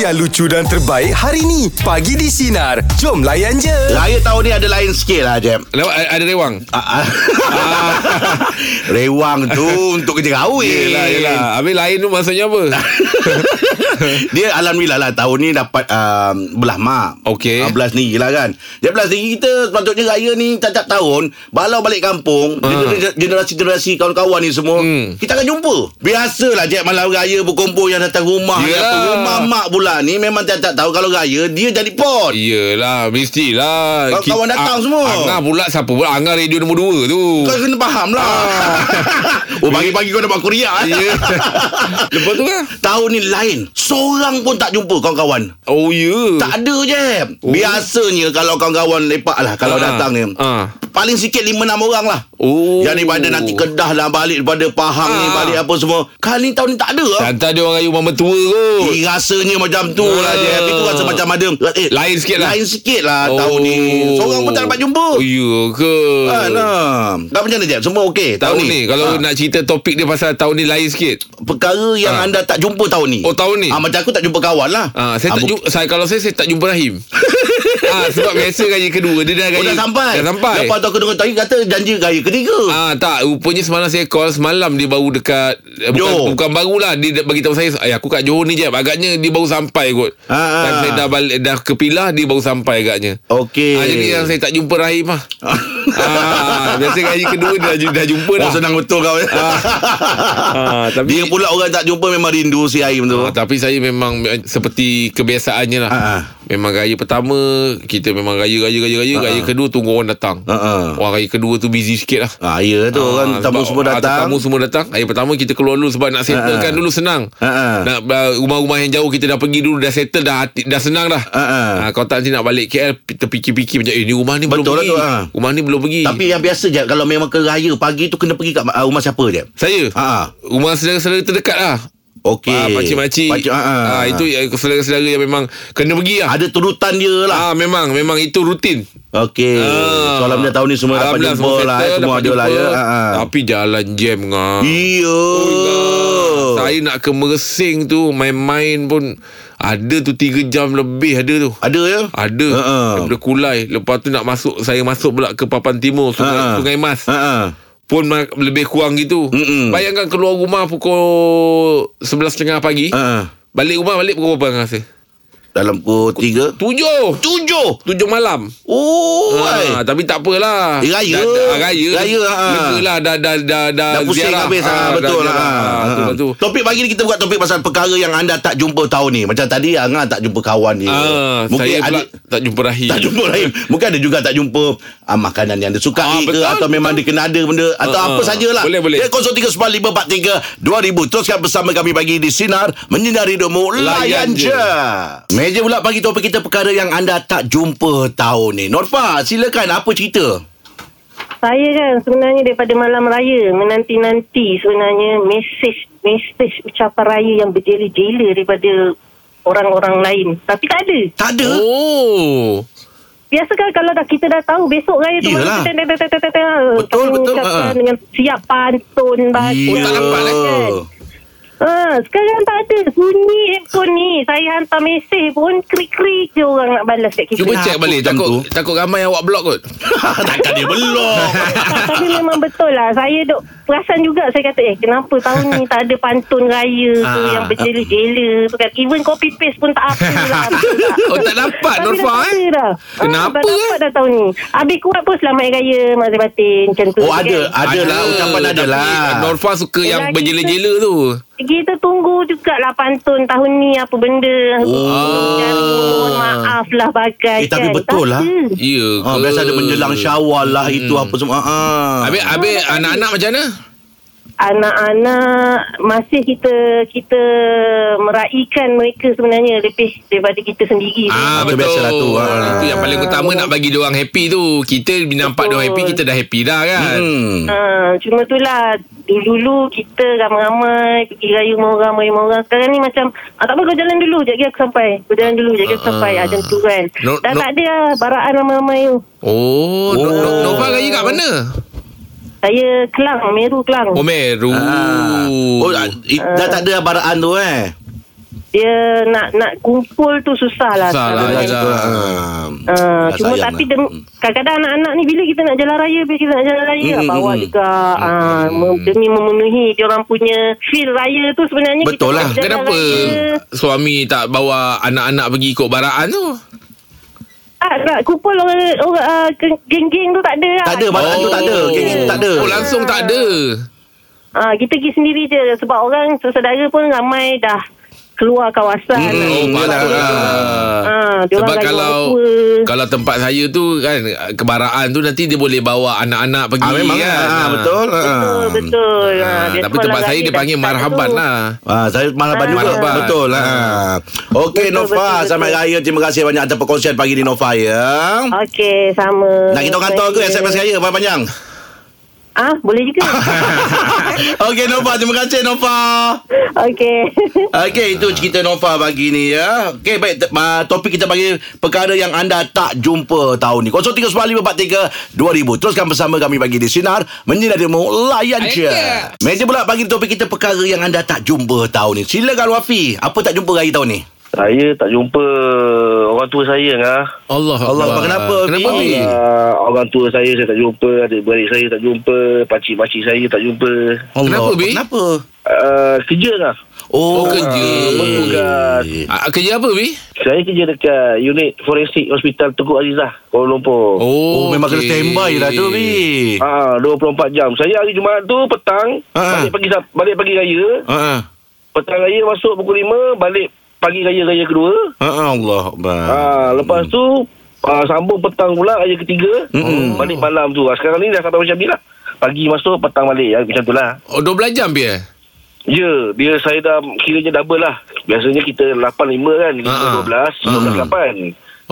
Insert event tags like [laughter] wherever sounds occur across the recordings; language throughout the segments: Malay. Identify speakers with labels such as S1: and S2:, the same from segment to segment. S1: yang lucu dan terbaik hari ni. Pagi di Sinar. Jom layan je.
S2: Raya tahun ni ada lain sikit lah Jeb
S3: Lewat ada- ada rewang.
S2: Ah, ah. [laughs] Rewang tu Untuk kerja kahwin
S3: Yelah, Eh, yelah. Habis lain tu maksudnya apa?
S2: [laughs] Dia Alhamdulillah lah Tahun ni dapat um, Belah mak
S3: Okey.
S2: uh, Belah sendiri lah kan Dia belah sendiri kita Sepatutnya raya ni Tiap-tiap tahun Balau balik kampung
S3: Ah.
S2: gener- Generasi-generasi Kawan-kawan ni semua
S3: Hmm.
S2: Kita akan jumpa Biasalah Jeb Malam raya berkumpul Yang datang rumah ni
S3: Yelah.
S2: apa. Rumah mak pula ni Memang tiap-tiap tahun Kalau raya Dia jadi pot
S3: Yelah, mestilah.
S2: Kawan-
S3: Ki-
S2: kawan datang semua.
S3: Angah pula siapa pula? Angah radio nombor 2 tu.
S2: Kau kena faham lah [laughs] Oh pagi-pagi kau dapat kuria
S3: Ya. Lepas tu kan?
S2: [laughs] Tahun ni lain Seorang pun tak jumpa kawan-kawan
S3: Oh, ya.
S2: Tak ada je
S3: Oh.
S2: Biasanya kalau kawan-kawan lepak lah Kalau
S3: Ah,
S2: datang ni
S3: ah.
S2: Paling sikit 5-6 orang lah
S3: Oh.
S2: Yang daripada nanti Kedah lah Balik daripada Pahang ni
S3: Ah.
S2: Balik apa semua Kali ni tahun ni tak ada lah
S3: Hantar dia orang raya mama tua kot.
S2: Eh, rasanya macam tu lah je Itu rasa macam ada eh,
S3: Ah. Lain sikit lah.
S2: Lain sikit lah tahun ni Seorang pun tak dapat jumpa
S3: Oh, ya ke?
S2: Ah, nah. Ah. Kau macam mana Jeb? Semua okey
S3: Tahun ni Kalau nak cerita topik dia Pasal tahun ni lain sikit
S2: perkara yang
S3: Ah.
S2: anda tak jumpa tahun ni.
S3: Oh, tahun ni?
S2: Ah macam aku tak jumpa kawan lah.
S3: Ah, saya tak
S2: bu-
S3: jumpa, saya kalau saya saya tak jumpa
S2: [laughs]
S3: Rahim. ah, sebab biasa raya kedua dia dah raya.
S2: Oh dah sampai.
S3: Eh, Dah sampai.
S2: Lepas tu aku dengar tadi kata janji raya ketiga.
S3: Ah tak rupanya semalam saya call semalam dia baru dekat eh,
S2: Johor.
S3: bukan, bukan barulah dia dah bagi tahu saya "Ay, aku kat Johor ni je agaknya dia baru sampai kot.
S2: Ah, ah. Eh.
S3: Dan saya dah balik dah ke Pilah dia baru sampai agaknya.
S2: Okey.
S3: Ah, jadi
S2: [laughs]
S3: yang saya tak jumpa Rahim lah ah, biasa raya kedua dia dah, ju- dah jumpa dah.
S2: Oh senang betul kau.
S3: Ah, tapi
S2: Dia pula orang tak jumpa memang rindu si Aim tu.
S3: Ah, tapi saya memang me- seperti kebiasaannya lah.
S2: Ah, ah.
S3: Memang raya pertama kita memang raya raya raya raya raya kedua tunggu orang datang.
S2: Ah, ah.
S3: Orang raya kedua tu busy sikit lah.
S2: Ah ya tu orang
S3: Ah,
S2: tamu
S3: sebab-
S2: semua
S3: ah,
S2: datang.
S3: Tamu semua datang. Hari pertama kita keluar dulu sebab nak
S2: Ah,
S3: settlekan
S2: ah.
S3: dulu senang.
S2: Ah, ah.
S3: Nak ah, rumah-rumah yang jauh kita dah pergi dulu dah settle dah hati, dah senang dah.
S2: Ah, ah.
S3: Ah, kau tak nanti nak balik KL terfikir-fikir macam eh ni rumah ni belum
S2: Betul lah
S3: pergi.
S2: tu, ah.
S3: Rumah ni belum pergi.
S2: Tapi yang biasa je kalau memang ke raya pagi tu kena pergi kat ah, rumah siapa je?
S3: saya
S2: Ha ah.
S3: rumah saudara-saudara terdekat lah.
S2: Okey.
S3: Ah, pakcik-makcik.
S2: Pakcik, ah, ah.
S3: Ah, itu eh, saudara-saudara yang memang kena pergi lah.
S2: ada turutan dia lah.
S3: Ah memang memang itu rutin. Ah.
S2: Okey. Ah. So alhamdulillah tahun ni semua dapat
S3: Alhamdulillah,
S2: jumpa
S3: semua
S2: lah eh,
S3: settle,
S2: semua
S3: dapat
S2: ada lah ya.
S3: jumpa.
S2: Ha ah.
S3: Tapi jalan jam ngah.
S2: Iya.
S3: Oh, Saya nak ke Mersing tu main-main pun ada tu 3 jam lebih ada tu.
S2: Ada ya?
S3: Ada
S2: Ha, ha.
S3: Daripada kulai Lepas tu nak masuk Saya masuk pula ke Papan Timur Sungai,
S2: Ha, ha.
S3: sungai Mas
S2: Ha ah.
S3: Pun ma- lebih kurang gitu
S2: Mm-mm.
S3: Bayangkan keluar rumah Pukul 11.30 pagi
S2: Ha ah.
S3: Balik rumah balik pukul berapa rasa?
S2: Dalam pukul tiga
S3: Tujuh
S2: Tujuh
S3: Tujuh malam
S2: Oh
S3: Ha,
S2: ha.
S3: tapi tak apalah.
S2: Eh, raya.
S3: Dah, dah, ah, raya.
S2: Raya, ha.
S3: Legalah dah dah dah dah,
S2: Dah pusing
S3: ziarah.
S2: habis
S3: Ah,
S2: ha, Betul
S3: dah
S2: lah
S3: ziarah. Ah,
S2: ha.
S3: tu lah tu.
S2: Topik pagi ni kita buka topik Pasal perkara yang anda tak jumpa tahun ni Macam tadi Angah tak jumpa kawan dia
S3: Ah, saya pula
S2: ada,
S3: tak jumpa Rahim.
S2: Ya. Tak jumpa Rahim Mungkin ada juga tak jumpa ah, Makanan yang dia suka
S3: Ah,
S2: ke
S3: betul,
S2: Atau memang dia kena ada benda Atau
S3: Ah,
S2: apa
S3: ah.
S2: sajalah Eh,
S3: Boleh, boleh.
S2: Dia 0395432000 Teruskan bersama kami pagi di Sinar Menyinari hidupmu Layan
S3: Layan
S2: je.
S3: je.
S2: Meja pula pagi topik kita Perkara yang anda tak jumpa tahun ni Norfa silakan Apa cerita?
S4: Saya kan sebenarnya daripada malam raya menanti-nanti sebenarnya mesej mesej ucapan raya yang berjela-jela daripada orang-orang lain. Tapi tak ada.
S2: Tak ada
S3: Oh.
S4: Biasa kan kalau dah kita dah tahu besok raya tu
S2: Yelah.
S4: kita dah- dah- dah- dah- dah.
S2: Betul,
S4: Kami
S2: betul,
S4: ucapkan
S2: ha.
S4: dengan siap pantun baca.
S3: tak nampak lah
S4: kan? Ha, sekarang tak ada. Sunyi handphone ni. Saya hantar mesej pun krik-krik je orang nak balas kat kita.
S3: Cuba
S2: Kenapa
S3: cek balik
S2: macam
S3: takut
S2: tu?
S3: takut ramai awak blok kot.
S2: Ha, Takkan dia belum
S4: Tak, [laughs] Tapi memang betul lah Saya duk perasan juga Saya kata eh kenapa tahun ni Tak ada pantun raya tu
S3: Ah.
S4: Yang berjela-jela tu kan Even copy paste pun tak apa
S3: [laughs]
S4: lah betul tak?
S3: Oh, tak dapat,
S4: Tapi
S3: Norfa,
S4: dah tak ada
S3: eh?
S4: dah.
S3: Kenapa,
S4: Ah, Dah dapat dah tahun ni Habis kuat pun selamat hari raya Mak Zahid Batin Macam tu
S2: Oh
S4: kan?
S2: ada Ada lah Ucapan ada
S3: Tapi
S2: lah
S3: Norfa suka
S4: Eh,
S3: yang
S4: lagi
S3: berjela-jela tu.
S4: Kita tunggu jugalah pantun tahun ni Apa benda
S3: Oh.
S4: Mencari Mohon maaf lah bagai
S2: Eh, tapi
S4: kan.
S2: betul
S4: Tak
S2: lah.
S4: ada.
S3: Ya ke?
S2: ha, Biasa ada menjelang syawal lah Itu apa semua ha.
S3: Hmm. Habis, habis anak-anak macam mana?
S4: anak-anak masih kita kita meraihkan mereka sebenarnya lebih daripada kita sendiri.
S3: Ah
S2: Macam
S3: betul.
S2: biasalah tu, ah.
S3: Itu yang paling utama nak bagi dia orang happy tu. Kita nampak dia orang happy, kita dah happy dah kan.
S2: hmm.
S4: Ha, cuma tu lah Dulu-dulu kita ramai-ramai Pergi raya rumah orang Raya rumah orang Sekarang ni macam ah, Tak apa kau jalan dulu Sekejap lagi aku sampai Kau jalan dulu Sekejap lagi aku
S3: Ah,
S4: sampai ah, Macam tu kan
S3: No,
S4: Dah
S3: no.
S4: tak ada lah Baraan ramai-ramai tu
S3: Oh, oh.
S2: Oh.
S3: Nova raya kat mana?
S4: Saya Kelang Meru Kelang
S2: Ha.
S3: Oh, Meru.
S2: Ah. Oh, ah, i- dah tak ada baraan tu eh.
S4: dia nak nak kumpul tu susah lah.
S3: Susah lah, ya
S4: sekarang ni.
S3: lah.
S2: Ah,
S4: Ah,
S2: dah
S4: cuma
S2: sayang
S4: tapi
S2: lah.
S4: dem, kadang-kadang anak-anak ni bila kita nak jalan raya bila kita nak jalan raya
S2: Hmm,
S4: hmm, bawa
S2: hmm.
S4: juga ah, mem- demi memenuhi dia orang punya feel raya tu sebenarnya
S2: Betul
S4: kita
S2: lah.
S4: nak jalan
S3: Kenapa
S4: raya.
S3: suami tak bawa anak-anak pergi ikut baraan tu?
S4: tak, tak Ah, kumpul orang, orang ah, geng- geng-geng tu tak ada lah.
S2: Tak ada, baraan tu Oh. tak ada. Geng-geng tak ada.
S3: Oh, langsung tak ada.
S4: Ah, kita pergi sendiri je sebab orang saudara pun ramai dah keluar kawasan.
S2: Hmm,
S3: Oh,
S2: Hmm,
S3: patut
S2: yalah.
S3: lah.
S4: Ah, diorang
S3: Sebab
S4: lagi
S3: kalau
S4: orang tua.
S3: kalau tempat saya tu kan kebaraan tu nanti dia boleh bawa anak-anak pergi
S2: Ah, memang ah,
S3: kan.
S2: betul. ah.
S4: Betul, betul. Ah,
S3: Ah,
S4: dia
S3: tapi
S4: sekolah
S3: tempat saya
S4: raya
S3: dia
S4: dah
S3: panggil
S4: start
S3: marhaban
S4: tu.
S3: lah.
S2: Ah, saya marhaban
S4: Ah.
S2: juga.
S3: Marhaban.
S2: Betul lah. Okey
S4: Betul,
S2: Nova,
S4: betul,
S2: selamat
S4: betul.
S2: raya. Terima kasih banyak atas perkongsian pagi ni Nova ya.
S4: Okey, sama.
S2: Nak kita kantor ke SMS raya
S4: [laughs]
S2: panjang?
S4: Ah, boleh
S2: [laughs]
S4: juga.
S2: Okey Nova, terima kasih Nova.
S4: Okey. [laughs]
S2: Okey, itu cerita Nova pagi ni ya. Okey, baik te- ah, topik kita bagi perkara yang anda tak jumpa tahun ni. 0395432000. Teruskan bersama kami bagi di sinar menyinarimu layan je.
S3: Layan
S2: Meja pula bagi topik kita perkara yang anda tak jumpa tahun ni. Silakan Wafi, apa tak jumpa raya tahun ni?
S5: Saya tak jumpa orang tua saya ngah.
S3: Allah
S2: Allah, kenapa,
S3: Kenapa
S2: Pi?
S3: Pi?
S5: Uh, orang tua saya saya tak jumpa, adik-beradik saya tak jumpa, pakcik-pakcik saya tak jumpa.
S3: Kenapa, Bi?
S2: Kenapa?
S5: Uh, kerja ngah.
S2: Oh,
S3: Oh, kerja.
S5: Bertugas.
S3: Ah, kerja apa Bi?
S5: Saya kerja dekat unit forensik hospital Tukuk Azizah, Kuala Lumpur.
S2: Oh, memang kena
S3: okey.
S2: standby lah tu, Bi.
S5: Ah, 24 jam. Saya hari Jumaat tu petang
S2: Ah.
S5: balik pagi Sab- balik pagi raya,
S2: Ha.
S5: petang raya masuk pukul 5, balik pagi raya raya kedua.
S2: Ha Allah Akbar.
S5: Ah, lepas
S3: hmm.
S5: tu ah, sambung petang pula raya ketiga,
S3: Hmm.
S2: Mm-mm.
S5: balik malam tu. Ah, sekarang ni dah sampai macam ni lah. Pagi masuk, petang balik. Ah, macam tu lah.
S3: Oh, 12 jam Pi? eh?
S5: Ya, dia saya dah kiranya double lah. Biasanya kita 8-5 kan. Kita
S3: Ah, ah.
S5: 12, 12 8.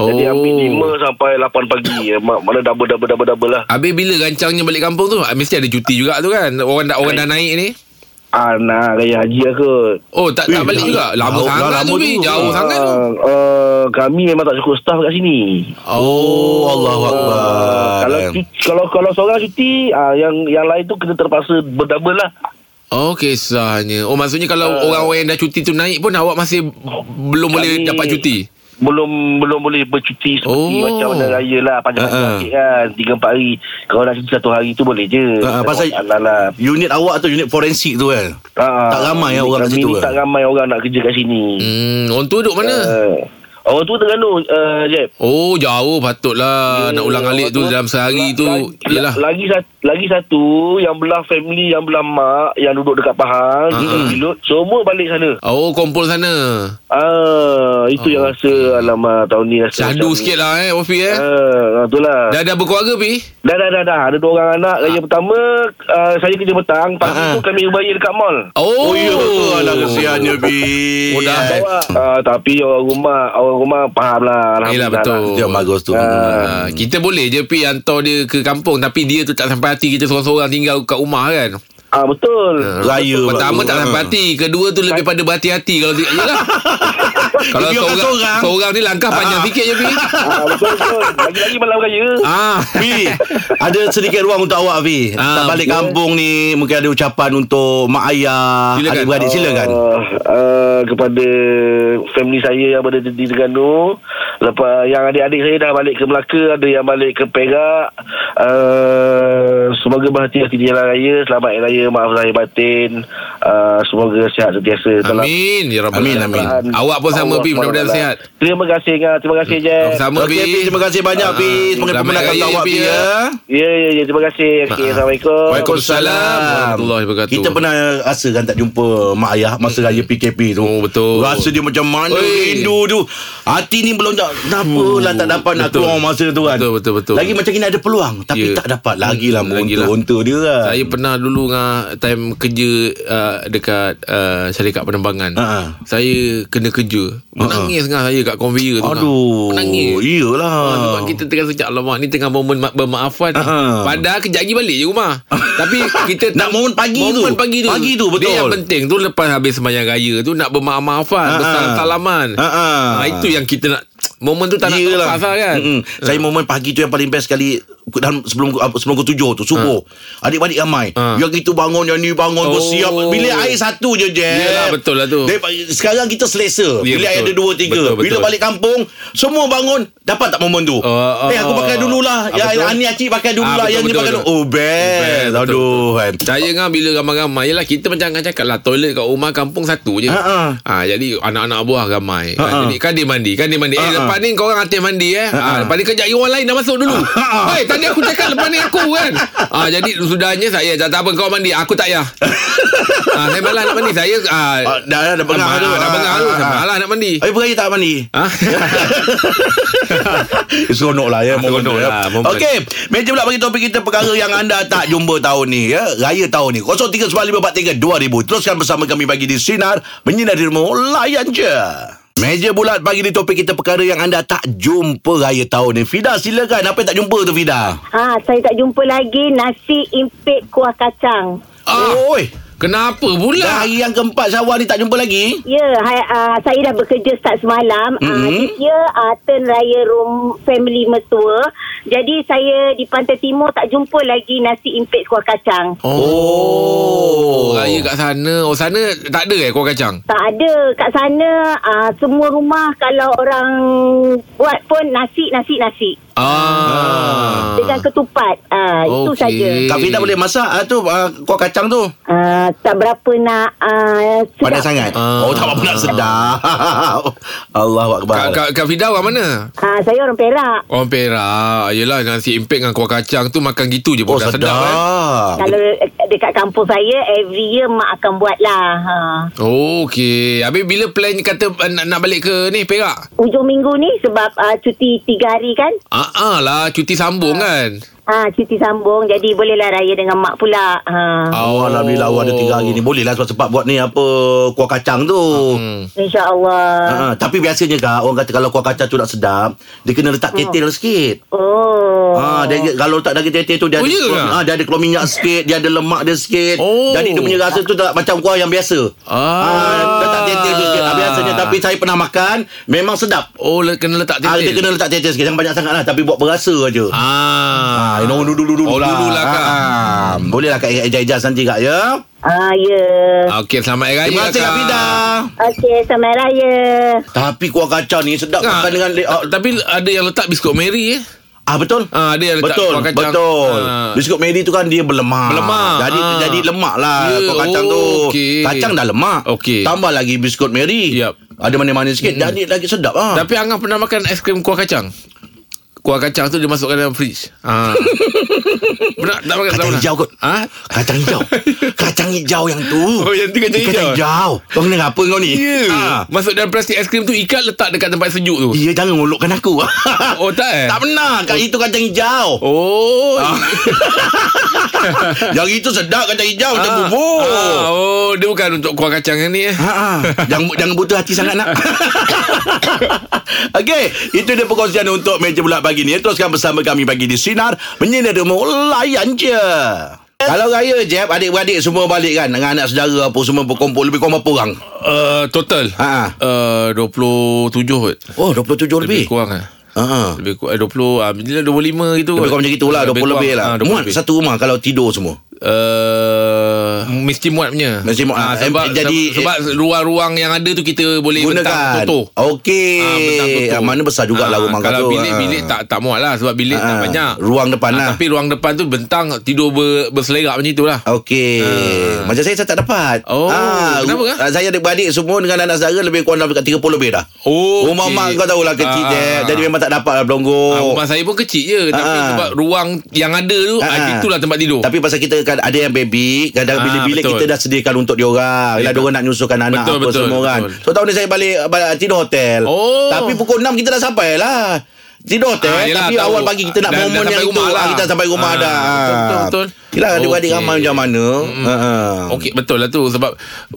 S5: Jadi
S3: Oh.
S5: ambil 5 sampai 8 pagi. Eh, mak- Mana double-double-double-double lah.
S3: Habis bila rancangnya balik kampung tu? Ah, Mesti ada cuti juga tu kan. Orang dah orang dah naik ni.
S5: Ah, nah, raya haji lah kot.
S3: Oh, tak tak
S2: Eh,
S3: balik juga. Lama
S2: jauh lah,
S3: sangat
S2: lama
S3: tu Pi.
S2: tu.
S3: Jauh
S5: Ah,
S3: sangat tu.
S5: ah, kami memang tak cukup staff kat sini.
S2: Oh, Allahu Akbar.
S5: Ah, kalau cu- kalau kalau seorang cuti, ah, yang yang lain tu kena terpaksa berdouble lah.
S3: Oh kisahnya Oh maksudnya kalau
S4: Ah.
S3: uh, orang-orang yang dah cuti tu naik pun Awak masih belum boleh
S5: Kami-
S3: dapat cuti
S5: belum belum boleh bercuti seperti
S3: Oh.
S5: oh. macam mana raya lah panjang-panjang
S2: Ha-ha.
S5: sikit kan tiga empat hari kalau nak cuti satu hari tu boleh je
S2: Ha, pasal
S5: lah, lah.
S2: unit awak tu unit forensik tu kan.
S5: Ha,
S2: tak ramai
S5: kami-
S2: yang orang kat
S5: kami
S2: situ
S5: ni
S2: kan?
S5: tak ramai orang nak kerja kat sini
S3: Hmm Orang tu duduk mana? Uh,
S5: uh, orang tu Terengganu uh, Jeb
S3: oh jauh
S2: Ya,
S3: patutlah Ah, Nak ulang alik tu dalam
S2: Lah,
S3: sehari tu Yelah
S5: lagi, sat- lagi satu yang belah family yang belah mak yang duduk dekat Pahang
S3: Ah,
S5: uh-huh. Gilut semua balik sana
S3: Oh kumpul sana
S5: ah itu yang rasa alamak tahun ni rasa
S3: Syahdu
S5: macam-
S3: sikit lah eh Wafi
S2: Ya.
S3: eh
S5: Ah, itulah
S3: Dah dah berkeluarga Pi?
S5: Dah, dah, dah, dah. Ada dua orang anak.
S3: Ah.
S5: Raya pertama, uh, saya kerja petang. Pagi
S2: Ah, ah.
S5: tu kami beraya dekat mall.
S2: Oh,
S3: Oh,
S2: ya betul lah kesiannya Bi.
S3: Oh, dah.
S2: Eh,
S5: Bawa, uh, tapi orang rumah, orang rumah faham lah.
S3: Yelah betul
S2: Dia bagus tu.
S3: Ah, Kita boleh je Pi hantar dia ke kampung Tapi dia tu tak sampai hati Kita seorang-seorang tinggal kat rumah kan
S5: Ah, betul.
S2: Raya
S3: Pertama tak sampai hati Kedua tu lebih pada berhati-hati Kalau tidak
S2: [laughs]
S3: Yelah Kalau
S2: Biarkan seorang.
S3: seorang, seorang Seorang ni langkah panjang
S2: Ah.
S3: sikit je Pi
S5: Ah, betul, betul. Lagi-lagi malam
S3: [laughs]
S5: raya.
S3: Ah,
S2: Bi, ada sedikit ruang untuk awak Bi.
S3: Ah,
S2: tak balik kampung ni mungkin ada ucapan untuk mak ayah,
S3: Silakan.
S2: adik-beradik
S3: kan?
S2: silakan.
S5: Uh, uh, kepada family saya yang berada di, di Terengganu lepas yang adik-adik saya dah balik ke Melaka ada yang balik ke Perak uh, semoga berhati-hati di jalan raya selamat hari raya maaf lahir batin uh, semoga sihat sentiasa dalam
S3: Amin ya rabbal
S2: lah. Amin,
S3: alamin.
S5: Tuhan
S3: Awak pun sama
S5: Allah
S3: Pi mudah-mudahan
S5: SWT.
S3: sihat.
S5: terima kasih Ngah. terima kasih Jem
S3: Sama
S2: Okey, Bi, terima kasih banyak Bi.
S3: Ah,
S2: Semoga
S3: selamat
S2: pemenangkan
S3: raya,
S2: awak
S3: Bi,
S2: Bi
S3: ya.
S2: ya.
S5: ya ya ya terima kasih okay,
S3: Ah.
S5: Assalamualaikum
S3: Waalaikumsalam warahmatullahi wabarakatuh.
S2: Kita pernah rasakan tak jumpa mak ayah masa raya PKP tu.
S3: Hmm. Oh, betul.
S2: Rasa dia macam mana
S3: Oi.
S2: rindu tu. Hati ni belum tak kenapa lah tak dapat nak
S3: Betul.
S2: keluar masa tu kan.
S3: Betul, betul, betul.
S2: Lagi macam ni ada peluang tapi
S3: Ya.
S2: tak dapat lagilah
S3: Hmm, lagilah.
S2: monta-monta dia kan.
S3: Saya pernah dulu ngah time kerja uh, dekat uh, syarikat penerbangan.
S2: Ha, ha.
S3: Saya kena kerja. Menangis ngah saya kat conveyor tu. ngah.
S2: Ah. Aduh. Ya.
S3: Menangis.
S2: Iyalah.
S3: Ah, sebab kita tengah sejak lama ni tengah momen ma- bermaafan.
S2: Ah.
S3: Padahal kejap lagi balik je rumah. Tapi kita
S2: [laughs] Nak momen pagi tu.
S3: momen pagi tu.
S2: Pagi tu, betul.
S3: Dia yang penting tu lepas habis sembahyang raya tu nak bermaaf-maafan,
S2: Ah, ah.
S3: bersalaman.
S2: Ah, ah.
S3: Ah, itu yang kita nak Momen tu tak nak
S2: Yelah.
S3: terlepas lah kan
S2: Mm-mm. Saya momen pagi tu yang paling best sekali dalam sebelum apa, sebelum ke tujuh tu subuh. Adik-adik ramai.
S3: Ha.
S2: Yang itu bangun yang ni bangun
S3: Oh.
S2: oh. bersiap. Bilik air satu je je.
S3: Yelah, betul lah tu.
S2: Dari, sekarang kita selesa.
S3: Ya,
S2: Yeah, bilik air
S3: betul.
S2: ada dua tiga.
S3: Betul, betul.
S2: Bila balik kampung semua bangun dapat tak momen tu.
S3: Oh, oh,
S2: eh aku
S3: oh.
S2: pakai dululah.
S3: Ah,
S2: Yang
S3: betul.
S2: ani acik pakai dululah.
S3: Ah, betul,
S2: yang ni
S3: betul,
S2: pakai dulu.
S3: betul.
S2: Oh best.
S3: Best, betul.
S2: Aduh kan.
S3: Saya ngah bila ramai-ramai Yelah kita macam Angah cakap lah Toilet kat rumah kampung satu je
S2: Ha, ha.
S3: ha, Jadi anak-anak buah ramai
S2: Ha,
S3: ha,
S2: ha.
S3: Jadi kan dia mandi Kan dia mandi Eh
S2: Ha, ha.
S3: lepas ni korang hati mandi eh
S2: ha.
S3: ha, Lepas ni kejap orang lain dah masuk dulu
S2: ha.
S3: Hei tadi aku cakap lepas ni aku kan ha, Jadi sudahnya saya Tak, tak apa kau mandi Aku tak payah ha, Saya malas nak mandi Saya ha,
S2: Ah, dah- dah- dah bengang
S3: ah,
S2: tu.
S3: Dah
S2: Ah,
S3: bengang tu
S2: ah,
S3: Saya
S2: ah.
S3: malas nak mandi
S2: Eh beraya tak mandi?
S3: Ha? [laughs]
S2: [laughs] Seronok lah ya
S3: Ah,
S2: momen tu,
S3: seronok
S2: ya.
S3: lah, momen.
S2: Okey Meja pula bagi topik kita Perkara yang anda tak jumpa tahun ni ya Raya tahun ni 0395432000 Teruskan bersama kami bagi di Sinar Menyinari Rumah Layan je Meja bulat bagi di topik kita perkara yang anda tak jumpa raya tahun ni. Fida silakan. Apa yang tak jumpa tu Fida?
S4: Ha, saya tak jumpa lagi nasi impit kuah kacang.
S3: Ah. Lah.
S2: Oi,
S3: Kenapa pula
S2: dah hari yang keempat Syawal ni tak jumpa lagi.
S4: Ya, yeah, uh, saya dah bekerja start semalam. Mm-hmm. Uh,
S2: Mhm.
S4: this year uh, turn raya room family mertua. Jadi saya di Pantai Timur tak jumpa lagi nasi impit kuah kacang.
S2: Oh.
S3: Raya kat sana Oh sana tak ada eh kuah kacang
S4: Tak ada kat sana uh, semua rumah kalau orang buat pun nasi nasi nasi
S3: Ah.
S4: dengan ketupat uh, itu
S3: Okey.
S4: saja.
S2: Kak Fida boleh masak ah, tu ah, kuah kacang tu.
S4: Uh, tak berapa nak uh,
S2: Panas
S4: sedap.
S2: sangat.
S3: Ah.
S2: Oh tak apa nak sedap. [laughs]
S3: Kak,
S2: Allahuakbar.
S3: Kak, Kak Fida orang mana?
S4: Uh, saya orang Perak.
S2: Ah,
S3: Orang Perak Yelah nasi impik dengan kuah kacang tu Makan gitu je
S2: Oh
S3: pun dah
S2: sedap.
S4: Kalau eh, dekat kampung saya every year mak akan buat lah. Ha.
S3: Okey Habis bila plan kata uh, nak, nak balik ke ni Perak?
S4: Ujung minggu ni sebab uh, cuti tiga hari kan.
S3: Ah, ah lah cuti sambung kan
S4: Ah, cuti sambung jadi bolehlah raya dengan mak pula. Ha.
S2: Oh, Alhamdulillah awak ada tiga hari ni Boleh lah sebab-sebab buat ni apa Kuah kacang tu hmm.
S4: Insya-Allah.
S2: ha, Tapi biasanya kak Orang kata kalau kuah kacang tu nak sedap Dia kena letak ketil sikit
S4: Hmm. Oh.
S2: Ha, dia, kalau tak ada ketil tu dia,
S3: Oh,
S2: ada,
S3: ya ke?
S2: ha, dia ada keluar minyak sikit Dia ada lemak dia sikit
S3: Oh.
S2: Jadi dia punya rasa tu tak macam kuah yang biasa
S3: Ah.
S2: ha, Letak ketil tu sikit ha, Biasanya tapi saya pernah makan Memang sedap
S3: Oh le- kena letak
S2: ha, Dia
S3: titik
S2: kena letak ketil sikit Jangan banyak sangat lah Tapi buat berasa je
S3: Ah,
S2: Ah, you know, dulu dulu
S3: Oh,
S2: lah.
S3: dulu lah, Kak.
S2: Ah, boleh lah kak ejaz-ejaz nanti kak ya.
S4: Ah, ya. Yeah.
S3: Okey selamat hari raya
S2: Terima kasih kak Fida.
S4: Okey, selamat raya.
S2: Tapi kuah kacang ni sedap
S3: Ah,
S2: makan dengan le- ah,
S3: Tapi ada yang letak biskut Mary eh
S2: ah betul.
S3: Ah, ada yang letak
S2: betul,
S3: kuah kacang.
S2: Betul.
S3: Ah.
S2: Biskut Mary tu kan dia berlemak.
S3: Berlemak,
S2: Jadi
S3: ah.
S2: jadi lemak lah
S3: Ya,
S2: kuah kacang tu.
S3: okey.
S2: Kacang dah lemak.
S3: Okey.
S2: Tambah lagi biskut Mary.
S3: Yap. Hmm.
S2: Ada manis-manis sikit jadi lagi sedap ah.
S3: Tapi Angah pernah makan es krim kuah kacang? Kuah kacang tu dia masukkan dalam
S2: [laughs]
S3: fridge. Ha. pernah tak makan tak
S2: Kacang
S3: pernah?
S2: hijau kot
S3: Ha?
S2: Kacang
S3: [laughs]
S2: hijau Kacang hijau yang tu
S3: Oh, yang tu kacang hijau.
S2: Kacang hijau Kau kena apa kau ni
S3: Ya.
S2: Ah.
S3: Masuk dalam plastik es krim tu ikat letak dekat tempat sejuk tu.
S2: Iya jangan ngolokkan aku [laughs]
S3: Oh, tak eh?
S2: Tak pernah Kat itu kacang hijau
S3: Oh.
S2: [laughs] Yang itu sedap kacang hijau Macam bubur
S3: Ah, oh, dia bukan untuk kuah kacang yang ni eh.
S2: Ha, ha. jangan jangan buta hati sangat
S3: [laughs]
S2: nak. Okey, itu dia perkongsian untuk meja bulat pagi ni. Teruskan bersama kami pagi di Sinar menyinari rumah layan je. Kalau raya Jeb Adik-beradik semua balik kan Dengan anak saudara apa Semua berkumpul Lebih kurang berapa orang
S3: Uh, total.
S2: Ha.
S3: Uh, 27 kot.
S2: Oh 27
S3: Lebih
S2: lebih, lebih
S3: kurang ah.
S2: Ha.
S3: Lebih kurang eh, 20 ah bila 25 gitu.
S2: Lebih kurang macam itulah 20 lebih, lebih lah
S3: Ah, 20
S2: Muat
S3: lebih.
S2: satu rumah Kalau tidur semua
S3: Uh, mesti muat punya.
S2: Mesti muat.
S3: Ah,
S2: Eh,
S3: sebab, jadi
S2: jadi-
S3: sebab ruang-ruang yang ada tu kita boleh
S2: Gunakan
S3: bentang kotor.
S2: Okey
S3: Ah, bentang kotor.
S2: ah, Mana besar jugalah
S3: Ah,
S2: rumah
S3: Kalau
S2: kau tu.
S3: bilik-bilik
S2: Ah.
S3: tak tak muat lah sebab bilik tak
S2: Ah,
S3: banyak.
S2: ruang depan lah.
S3: Tapi ruang depan tu bentang tidur ber, berselerak macam itulah.
S2: Okey.
S3: Ah.
S2: Macam saya saya tak dapat.
S3: Oh, kenapa
S2: ru-
S3: kah?
S2: ah, Saya adik-beradik semua dengan anak saudara lebih kurang dalam dekat 30 lebih dah.
S3: Oh,
S2: Rumah
S3: okey.
S2: mak kau tahulah kecil
S3: Ah,
S2: je.
S3: ah,
S2: Jadi
S3: ah.
S2: memang tak dapat lah
S3: Ah,
S2: belonggu.
S3: rumah saya pun kecil je tapi
S2: Ah.
S3: sebab ruang yang ada tu
S2: Ah, ah.
S3: ah, itulah tempat tidur.
S2: Tapi pasal kita kan ada yang baby, kadang
S3: Ah,
S2: bilik-bilik
S3: betul.
S2: kita dah sediakan untuk diorang. Bila
S3: Betul.
S2: diorang nak nyusukan anak
S3: Betul,
S2: apa
S3: betul,
S2: semua kan.
S3: betul.
S2: So tahun ni saya balik, balik tidur hotel.
S3: Oh.
S2: Tapi pukul 6 kita dah sampai lah. Tidur hotel
S3: Ah, yelah,
S2: Tapi
S3: tahu.
S2: awal pagi Kita nak
S3: Dah- dah
S2: momen
S3: sampai
S2: yang itu
S3: rumah lah.
S2: Ah, Kita sampai rumah
S3: Ah,
S2: dah
S3: betul, betul, betul.
S2: Yelah adik-adik
S3: Okey. Hmm,
S2: ramai macam mana
S3: Okey betul lah tu sebab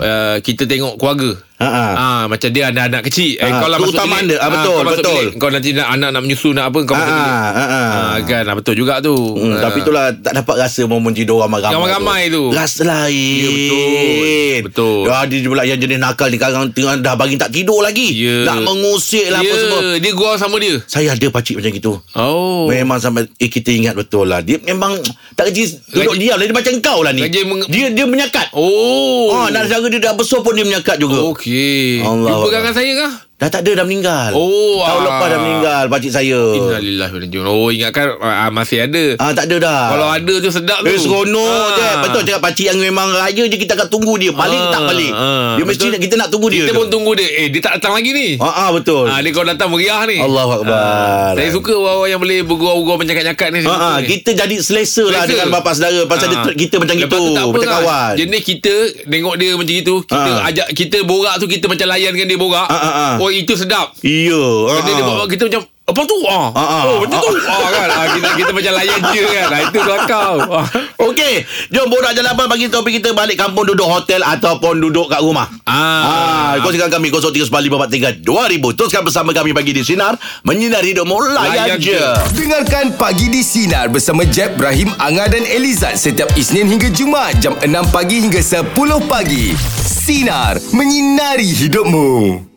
S3: uh, kita tengok keluarga.
S2: Ha, ha.
S3: Ah, macam dia ada anak kecil. Eh,
S2: Ah,
S3: kau lah masuk
S2: keutamaan
S3: bilik.
S2: dia. Ah, betul,
S3: kau masuk
S2: betul.
S3: bilik. Kau nanti nak anak nak menyusu nak apa kau masuk
S2: Ah,
S3: bilik.
S2: ah, ah.
S3: Ah, kan ah, betul juga tu.
S2: Hmm,
S3: Ah.
S2: Tapi itulah Tak dapat rasa Momen tidur ramai-ramai
S3: Ramai-ramai tu.
S2: Rasa lain
S3: Ya, betul. Betul.
S2: ya, Dia pula yang jenis nakal ni Sekarang tengah dah bagi tak tidur lagi
S3: Ya.
S2: Nak mengusik lah
S3: Ya,
S2: apa semua
S3: dia gua sama dia.
S2: Saya ada pakcik macam gitu
S3: Oh.
S2: Memang sampai eh, kita ingat betul lah. Dia memang tak kerja duduk
S3: Rajin-
S2: diam lah. Dia macam kau lah ni.
S3: Rajin meng-
S2: Dia dia menyakat.
S3: Oh.
S2: Oh, nak cara dia dah besar pun dia menyakat juga.
S3: Okey.
S2: Allah
S3: Jumpa
S2: Allah.
S3: dengan saya kah?
S2: Dah tak ada dah meninggal.
S3: Oh,
S2: Tahun
S3: ah.
S2: lepas dah meninggal pakcik saya.
S3: Innalillahi wa inna ilaihi raji'un. Oh, ingatkan ah, masih ada.
S2: Ah tak ada dah.
S3: Kalau ada tu sedap tu.
S2: Eh seronok
S3: Ah.
S2: je Betul cakap pakcik yang memang raya je Kita akan tunggu dia Balik
S3: Ah,
S2: tak balik
S3: ah,
S2: Dia mesti
S3: betul.
S2: nak, kita nak tunggu dia
S3: Kita pun tunggu dia. Eh, dia tak datang lagi ni.
S2: ah, ah, Betul
S3: Ah, dia kalau datang meriah ni.
S2: Allahuakbar.
S3: Ah, saya suka orang-orang yang boleh bergurau-gurau mencakap-cakap ni. Saya suka
S2: ah, ah,
S3: ni.
S2: Kita jadi selesa, lah
S3: Selesa.
S2: Dengan bapa saudara Pasal dia,
S3: Ah.
S2: kita macam
S3: Lepas
S2: gitu
S3: tu tak apa
S2: Macam
S3: kan.
S2: kawan
S3: Jenis kita Tengok dia macam gitu Kita
S2: Ah.
S3: ajak Kita borak tu Kita macam layankan dia borak
S2: Ah, ah, ah.
S3: Oh itu sedap
S2: Iya ah,
S3: Dia, dia
S2: ah.
S3: buat Kita macam apa tu? Ah.
S2: Ah, ah.
S3: Oh, macam tu. Ah, kan. Ah, kita, kita macam layan je kan. Ah, itu kelakar. Ah.
S2: Okey, jom borak jalan apa bagi topik kita balik kampung duduk hotel ataupun duduk kat rumah. ah
S3: Ah.
S2: kongsikan kami 0395432000. Teruskan bersama kami bagi di sinar menyinari hidupmu layan
S3: Layan je.
S2: je.
S1: Dengarkan Pagi di Sinar bersama Jeb, Ibrahim, Anga dan Elizad setiap Isnin hingga Jumaat jam 6 pagi hingga 10 pagi. Sinar. Menyinari hidupmu.